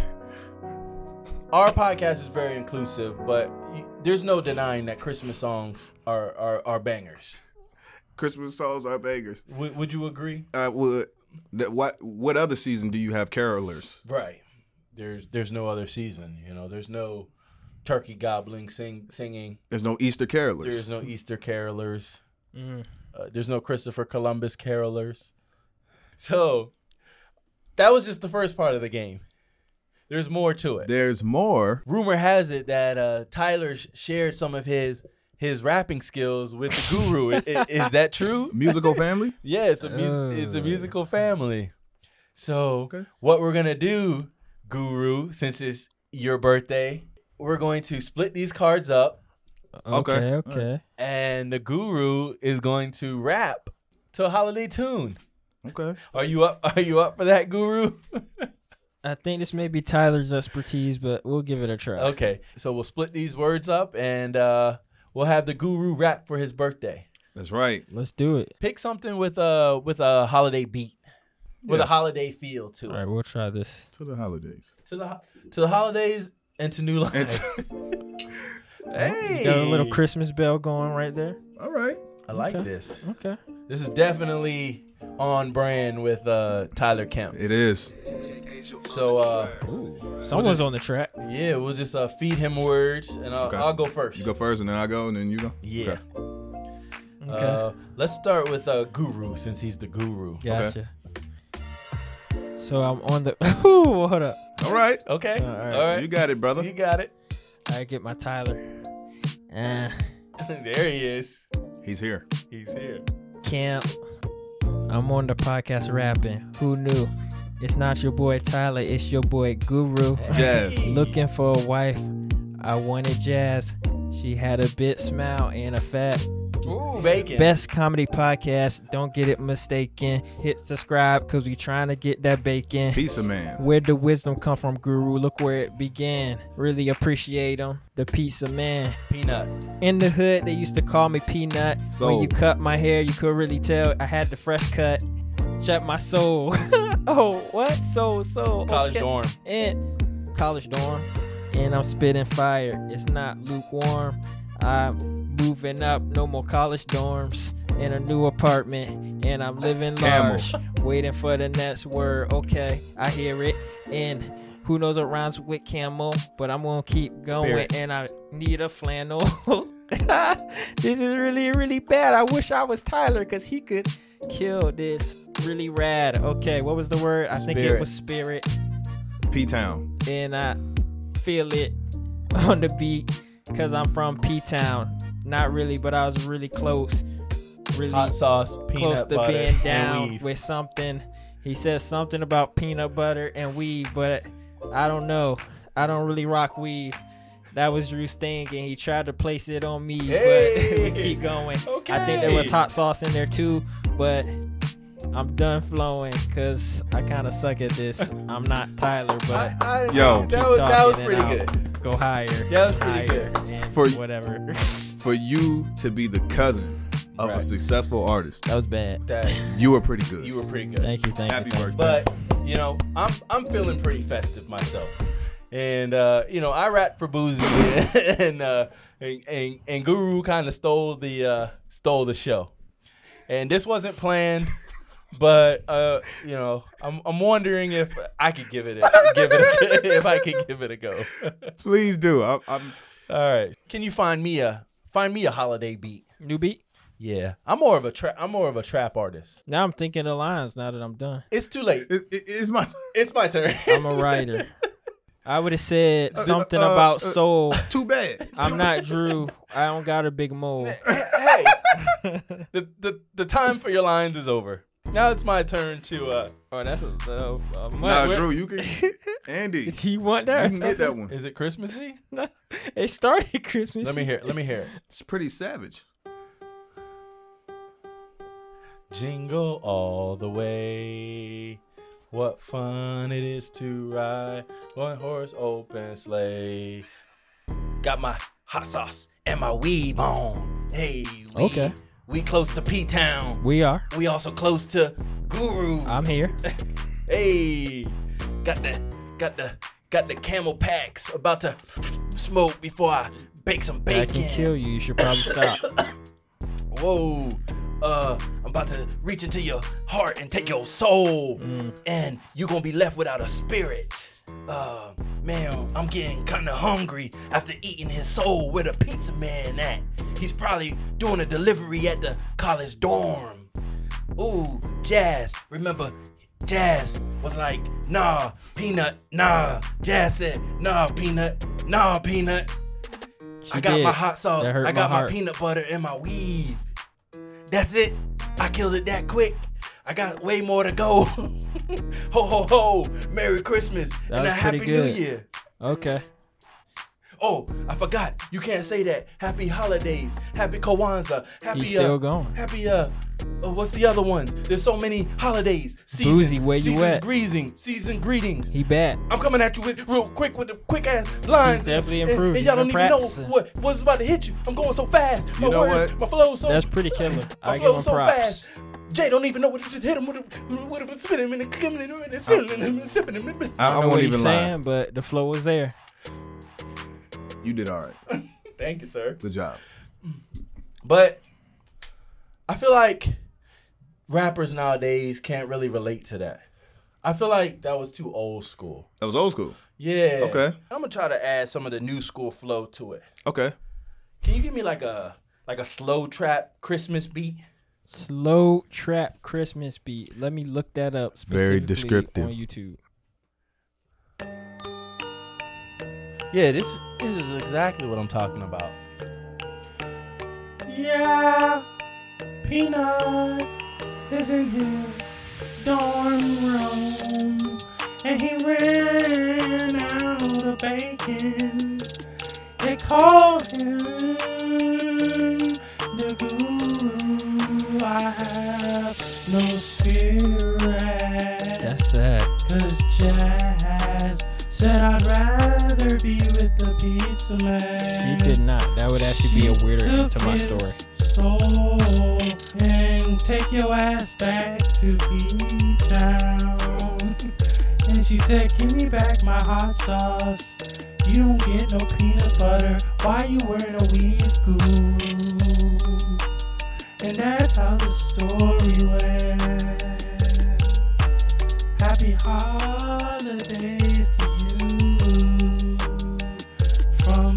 our podcast is very inclusive, but y- there's no denying that Christmas songs are are, are bangers.
Christmas songs are bangers.
Would would you agree?
I would. uh, That what what other season do you have carolers?
Right. There's there's no other season. You know, there's no turkey gobbling sing singing.
There's no Easter carolers.
There's no Easter carolers.
Mm.
Uh, there's no Christopher Columbus carolers. So that was just the first part of the game. There's more to it.
There's more.
Rumor has it that uh, Tyler sh- shared some of his his rapping skills with the Guru. I- i- is that true?
Musical family.
Yeah, it's a mus- it's a
Oh.
musical family. So what we're gonna do, Guru, since it's your birthday, we're going to split these cards up,
Okay,
Okay.
all
Okay.
and the Guru is going to rap to a holiday tune.
Okay.
Are you up? Are you up for that, Guru?
I think this may be Tyler's expertise, but we'll give it a try.
okay, so we'll split these words up, and uh, we'll have the Guru rap for his birthday.
That's right.
Let's do it.
Pick something with a with a holiday beat, with a
Yes.
holiday feel to it.
All right, we'll try this.
To the holidays.
To the ho- to the holidays and to new life.
And
hey,
Got a little Christmas bell going right there.
all right.
I like
Okay.
this.
Okay.
This is definitely on brand with uh, Tyler Kemp.
It is.
So uh,
Someone's
just-
on the track.
yeah, we'll just uh, feed him words, and I'll,
Okay.
I'll go first.
You go first, and then I go, and then you go.
Yeah.
Okay.
Okay.
Uh, let's start with uh, Guru since he's the guru.
gotcha. So I'm on the. Ooh, hold up.
All right.
Okay. All right.
right.
You got it, brother.
You got it.
I get my Tyler. Uh,
there he is.
He's here.
He's here.
camp. I'm on the podcast rapping. Who knew? It's not your boy Tyler. It's your boy Guru.
Jazz.
Looking for a wife. I wanted Jazz. She had a bit smile and a fat
Ooh, bacon.
best comedy podcast. Don't get it mistaken. Hit subscribe because we trying to get that bacon.
Pizza man.
Where'd the wisdom come from, Guru? Look where it began. Really appreciate him. The pizza man.
peanut.
In the hood, they used to call me Peanut.
Soul.
When you cut my hair, you could really tell I had the fresh cut. Shut my soul. oh, what? Soul, soul.
College
okay.
dorm.
And college dorm. And I'm spitting fire. It's not lukewarm. I'm moving up. No more college dorms. In a new apartment. And I'm living
Camel.
large. Waiting for the next word. Okay, I hear it. And who knows what rhymes with camel, but I'm gonna keep going
Spirit.
and I need a flannel. this is really, really bad. I wish I was Tyler because he could kill this really rad. Okay, what was the word? I think
Spirit.
it was spirit,
P Town.
and I feel it on the beat because I'm from P Town. Not really, but I was really close. Really
Hot sauce. Peanut
close to
butter.
being
and
down
weave.
with something. He says something about peanut butter and weave, but I don't know. I don't really rock weave. That was Drew's thing, and he tried to place it on me, but
Hey.
we keep going. I think
Okay.
there was hot sauce in there too, but I'm done flowing because I kind of suck at this. I'm not Tyler,
I,
but
I,
Yo.
that was, that was
Talking it
pretty
out.
good.
go higher.
That was pretty
higher,
good.
And
For-
whatever.
For you to be the cousin of a
Right.
successful artist,
that was bad.
That
you were pretty good.
you were pretty good.
Thank you, thank
Happy
you. Thank
birthday.
But you know, I'm I'm feeling pretty festive myself, and uh, you know, I rap for boozy, and uh, and, and and Guru kind of stole the uh, stole the show, and this wasn't planned. But uh, you know, I'm I'm wondering if I could give it a, give it a, if I could give it a go.
Please do. I'm, I'm
All right, can you find me a find me a holiday beat?
you. New beat.
Yeah, I'm more of a trap. I'm more of a trap artist.
Now I'm thinking of lines. Now that I'm done.
It's too late.
it, it, it's my
It's my turn.
I'm a writer. I would have said something
uh,
about
uh,
soul.
too bad.
I'm not Drew. I don't got a big mole.
hey, the, the the time for your lines is over. Now it's my turn to. Uh,
Oh, that's a, uh, a much.
Nah, Drew, you can. Andy, you
Do you want that?
can get that one.
is it Christmassy?
No. It started Christmas.
Let me hear. It, let me hear. It.
It's pretty savage.
Jingle all the way. What fun it is to ride one horse open sleigh. Got my hot sauce, and my weave on. Hey, we,
Okay.
We close to P Town.
We are.
We also close to Guru.
I'm here.
Hey, got the got the got the camel packs. About to smoke before I bake some bacon.
I can kill you. You should probably stop.
Whoa. Uh, I'm about to reach into your heart and take your soul, and you're gonna be left without a spirit. Uh, man, I'm getting kind of hungry after eating his soul. Where the pizza man at? He's probably doing a delivery at the college dorm. Ooh, Jazz. Remember, Jazz was like, nah, Peanut, nah. Jazz said, nah, Peanut, nah, Peanut. I
She
got
did.
my hot sauce.
That hurt
I got my,
heart.
peanut butter and my weave. That's it. I killed it that quick. I got way more to go. ho ho ho! oh, Merry Christmas and
That was
a
pretty
happy
good.
New Year.
Okay.
Oh, I forgot. You can't say that. Happy holidays. Happy Kwanzaa. Happy
He's still
uh,
going.
Happy uh, uh, what's the other ones? There's so many holidays. Seasons,
Boozy, where you
seasons
at?
greasing, season greetings.
He bad.
I'm coming at you with real quick with the quick ass lines.
He's definitely
And-
improved.
And, y'all don't
He's
even
been
know
practicing.
what, what's about to hit you. I'm going so fast. My
You know
words,
what?
my flow so
That's pretty killer.
my
I give
flow
him
so
props.
fast. Jay don't even know what you just hit him with a with a spinning and coming in and sipping and sipping and
I,
I
I
don't know
won't
what
even
he's
lie.
saying, but the flow was there.
You did all right.
Thank you, sir.
Good job.
But I feel like rappers nowadays can't really relate to that. I feel like that was too old school.
That was old school.
Yeah.
Okay.
I'm gonna try to add some of the new school flow to it.
Okay.
Can you give me like a like a slow trap Christmas beat?
Slow trap Christmas beat. Let me look that up.
Very
Specifically
descriptive.
on YouTube.
Yeah, this this is exactly what I'm talking about. Yeah, Peanut is in his dorm room, and he ran out of bacon. They called him the guru. I have no spirit.
That's sad.
Cause Jazz said I'd rather be with the pizza
He
man.
did not. That would actually be a weirder end to my story.
Soul and take your ass back to P Town. And she said, Give me back my hot sauce. You don't get no peanut butter. Why you wearing a weave goo? And that's how the story went. Happy holidays to you from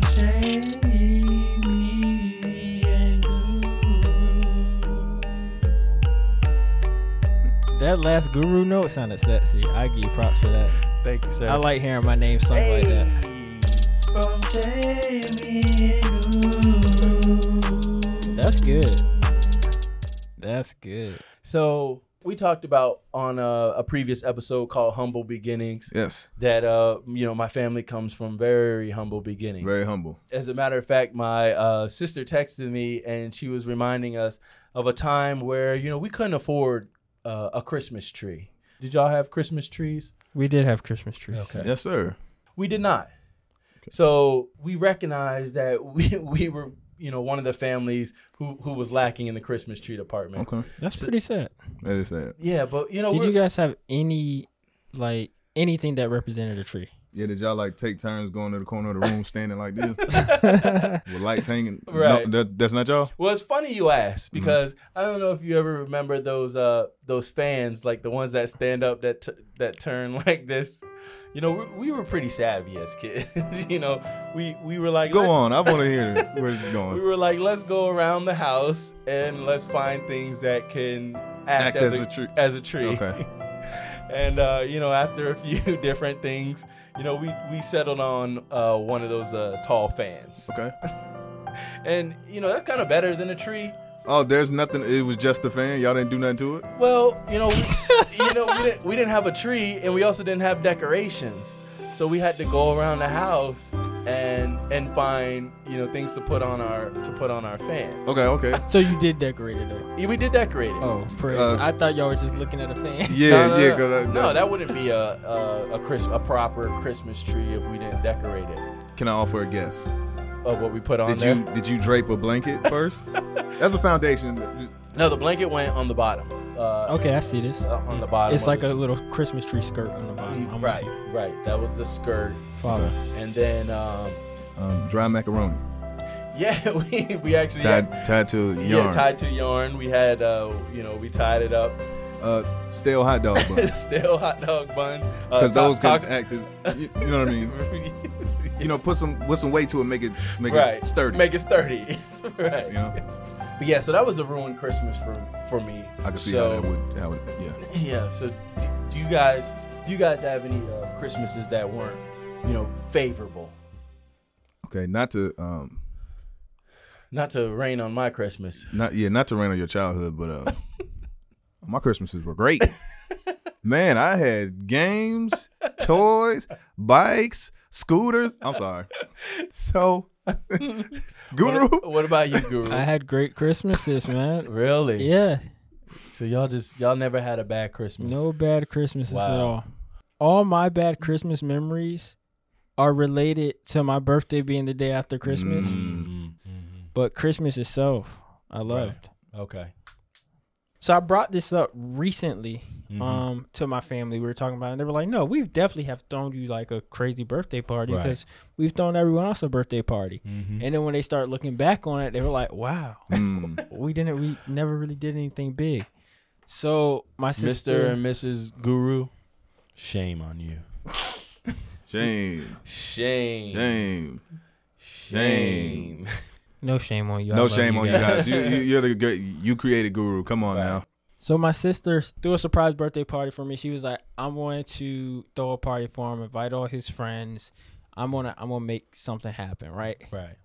Jamie and Guru.
That last guru note sounded sexy. I give you props for that.
Thank you, sir.
I like hearing my name sung like that.
From Jamie and Guru.
That's good. That's good.
So we talked about on a, a previous episode called "Humble Beginnings"
Yes.
that uh, you know my family comes from very humble beginnings.
Very humble.
as a matter of fact, my uh, sister texted me and she was reminding us of a time where you know we couldn't afford uh, a Christmas tree. Did y'all have Christmas trees?
We did have Christmas trees.
Yes, sir.
we did not. So we recognized that we we were you know one of the families who who was lacking in the Christmas tree department.
Okay.
That's pretty sad.
That is that.
Yeah, but you know
Did
Oh, we're-
you guys have any like anything that represented a tree?
Yeah, did y'all like take turns going to the corner of the room standing like this with lights hanging? No,
Right.
that, that's not y'all?
Well, it's funny you ask because I don't know if you ever remember those uh those fans like the ones that stand up that t- that turn like this. You know, we, we were pretty savvy as kids. you know, we we were like,
Go
"Let-
on. I want to hear this. Where is this
We
going?
were like, let's go around the house and let's find things that can act, as, a,
tree.
as a tree.
Okay.
and uh, you know, after a few different things, you know, we we settled on uh, one of those uh, tall fans,
Okay.
and you know, that's kind of better than a tree.
Oh, there's nothing. It was just a fan. Y'all didn't do nothing to it.
Well, you know, we, you know, we didn't, we didn't have a tree, and we also didn't have decorations, so we had to go around the house and and find you know things to put on our to put on our fan.
Okay. Okay.
So you did decorate it though.
We did decorate it.
Oh, praise.
Uh,
I thought y'all were just looking at a fan.
Yeah.
no, no,
yeah.
no.
'cause I-
no, that wouldn't be a a, a, Chris, a proper Christmas tree if we didn't decorate it.
Can I offer a guess?
of what we put on
Did
there.
you did you drape a blanket first? That's a foundation.
No, the blanket went on the bottom. Uh,
Okay, I see this.
Uh, on the bottom
It's
of
like
the-
a little Christmas tree skirt on the bottom.
Mm,
I'm
Right, right. That was the skirt,
Follow.
and then um,
Um, dry macaroni
yeah, we we actually
tied
had,
tied to yarn.
yeah tied to yarn. We had uh, you know we tied it up.
uh, stale hot dog bun
Still hot dog bun. Uh,
because those
top-
can act as you, you know what I mean. You know, put some with some weight to it, make it make
right,
it sturdy.
Make it sturdy. right.
you know,
But yeah, so that was a ruined Christmas for for me.
I can see
so,
how that would how it, yeah.
Yeah. So, d- do you guys do you guys have any uh, Christmases that weren't you know favorable?
Okay, not to um
Not to rain on my Christmas.
not yeah not to rain on your childhood, but uh, my Christmases were great. Man, I had games, toys, bikes, scooters. I'm sorry. So, Guru,
What, what about you, Guru?
I had great Christmases, man.
Mm-hmm. really?
Yeah,
So y'all just y'all never had a bad Christmas.
no bad Christmases at
Wow.
all. All my bad Christmas memories are related to my birthday being the day after Christmas,
Mm,
but Christmas itself, I loved.
Okay.
So I brought this up recently
Mm-hmm.
um to my family. We were talking about it and they were like, No, we definitely have thrown you like a crazy birthday party
Right.
because we've thrown everyone else a birthday party.
Mhm.
And then when they start looking back on it, they were like, Wow,
Mm,
we didn't we never really did anything big. So my
Mr.
sister
and Mrs. Guru, shame on you.
James,
Shame.
James.
Shame.
No shame on you. I
No
love
shame on you
guys.
guys. you, you, you're the great, you created Guru. Come on
Right.
now.
So my sister threw a surprise birthday party for me. She was like, "I'm going to throw a party for him, invite all his friends. I'm gonna, I'm gonna make something happen, right?"
Right.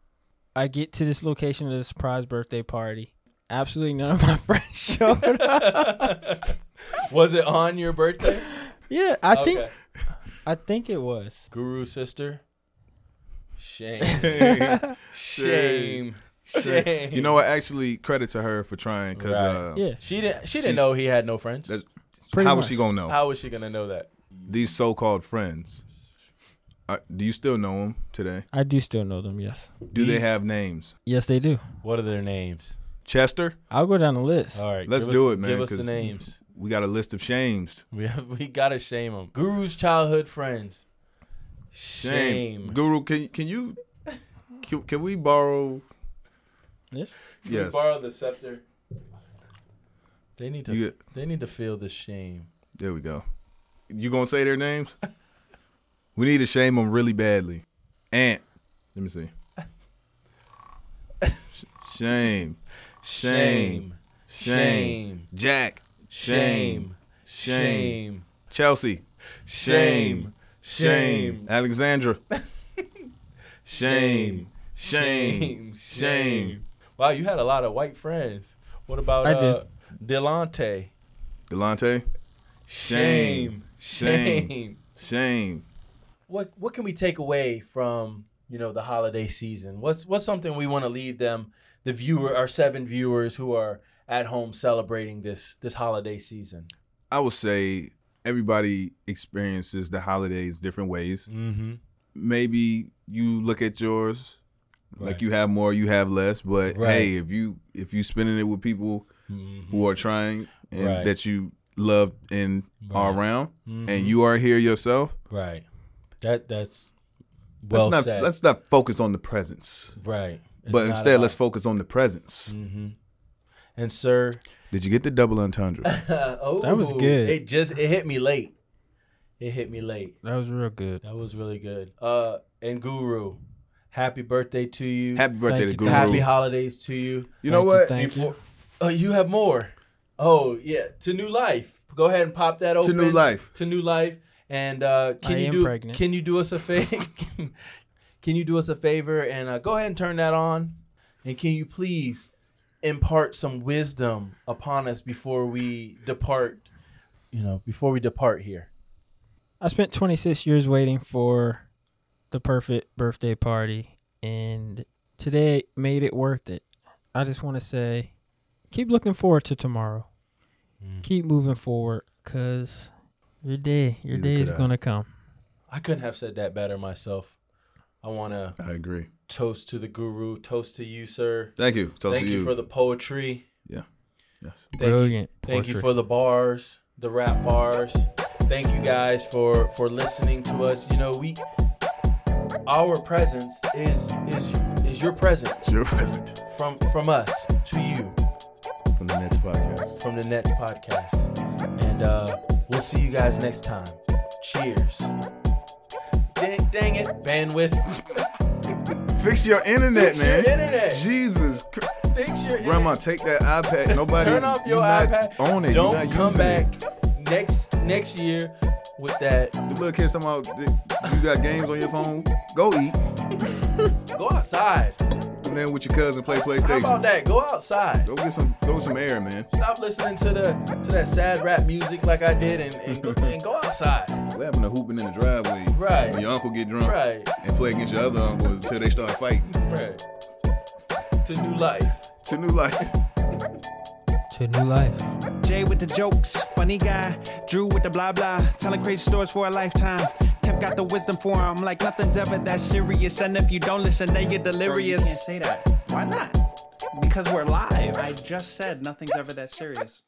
I get to this location of the surprise birthday party. Absolutely none of my friends showed up.
Was it on your birthday?
yeah, I think
Okay.
I think it was.
Guru sister. Shame.
Shame.
Shame. Shame.
You know what? Actually, credit to her for trying. Cause
Right.
uh,
Yeah,
She didn't. She
She's-
didn't know he had no friends.
that's-
Pretty
how
much.
was she gonna know?
How was she gonna know that?
These so-called friends. Uh, do you still know them today?
I do still know them. Yes,
Do they
These-
have names?
yes, they do.
What are their names?
Chester.
I'll go down the list.
All right.
Let's
give us-
do it, man.
Give us the
'cause
names.
We got a list of shames.
We have, we gotta shame him. Guru's childhood friends. Shame. Can
Guru, can can you can, can we borrow?
This
we
Yes.
borrow the scepter. They need to.
You get-
they need to feel the shame.
There we go. You gonna say their names? we need to shame them really badly. Ant. Let me see. Sh- Shame. Shame. Shame.
Shame.
Jack.
Shame.
Shame.
Shame.
Chelsea. Shame.
Shame.
Shame.
Shame.
Alexandra. Shame. Shame.
Shame.
Shame.
Shame. Wow, you had a lot of white friends. What about
I
uh, Delante?
Delante. Shame.
Shame.
Shame.
Shame.
Shame.
What what can we take away from, you know, the holiday season? What's what's something we want to leave them the viewer our seven viewers who are at home celebrating this this holiday season?
I would say everybody experiences the holidays different ways.
Mhm.
Maybe you look at yours like
Right.
you have more, you have less, but
Right.
hey, if you if you spending it with people
Mm-hmm.
who are trying and
Right.
that you love and are
Right. Mm-hmm.
around and you are here yourself,
Right. That that's
let's not let's not focus on the presence.
right.
but instead let's focus on the presence.
Mm. Mm-hmm. And sir,
Did you get the double entendre?
oh,
That was good.
It just it hit me late. It hit me late.
that was real good.
That was really good. Uh, and Guru, happy birthday to you.
Happy birthday
you,
to Guru.
Happy holidays to you.
you know
Thank
what?
thank you.
Before- Oh, you have more. Oh yeah, to new life. Go ahead and pop that open.
New Life.
To new life. And uh, can
I
you
am
do?
pregnant.
Can you do us a favor? can you do us a favor and uh, go ahead and turn that on? And can you please impart some wisdom upon us before we depart? You know, before we depart here.
I spent 26 years waiting for the perfect birthday party, and today made it worth it. I just want to say, keep looking forward to tomorrow.
Mm.
Keep moving forward, cause your day, your
Neither
day
could
is
I.
gonna come.
I couldn't have said that better myself. I want to
I agree.
toast to the guru, toast to you, sir.
Thank you. Toast
Thank
to
you. for the poetry.
yes.
Thank you
Brilliant.
Thank you
portrait.
for the bars, the rap bars. Thank you guys for for listening to us. You know, we our presence is is is your presence
It's your present
from from us to you
from the next podcast.
from the Nets podcast. And uh we'll see you guys next time. Cheers. Dang, dang it, bandwidth.
Fix your internet,
Fix your
man.
internet.
Jesus, Christ.
Fix your
grandma, take that iPad. Nobody
Turn off your
you're not
iPad.
On it.
Don't
you're not
come
using it.
back next next year with that.
The little kids talking about th- you got games on your phone. Go eat.
Go outside.
And then with your cousin play
How about
PlayStation.
that? Go outside.
Go get some. Go get some air, man.
Stop listening to the to that sad rap music like I did and, and, go, and go outside.
What happened to hooping in the driveway?
Right.
When your uncle get drunk.
Right.
And play against your other uncles until they start fighting.
Right. To new life.
To new life.
to new life.
Jay with the jokes, funny guy. Drew with the blah blah, telling crazy stories for a lifetime. Kev got the wisdom for him, like nothing's ever that serious. And if you don't listen, then you're delirious.
Bro, you can't say that.
Why not? Because we're live. I just said nothing's ever that serious.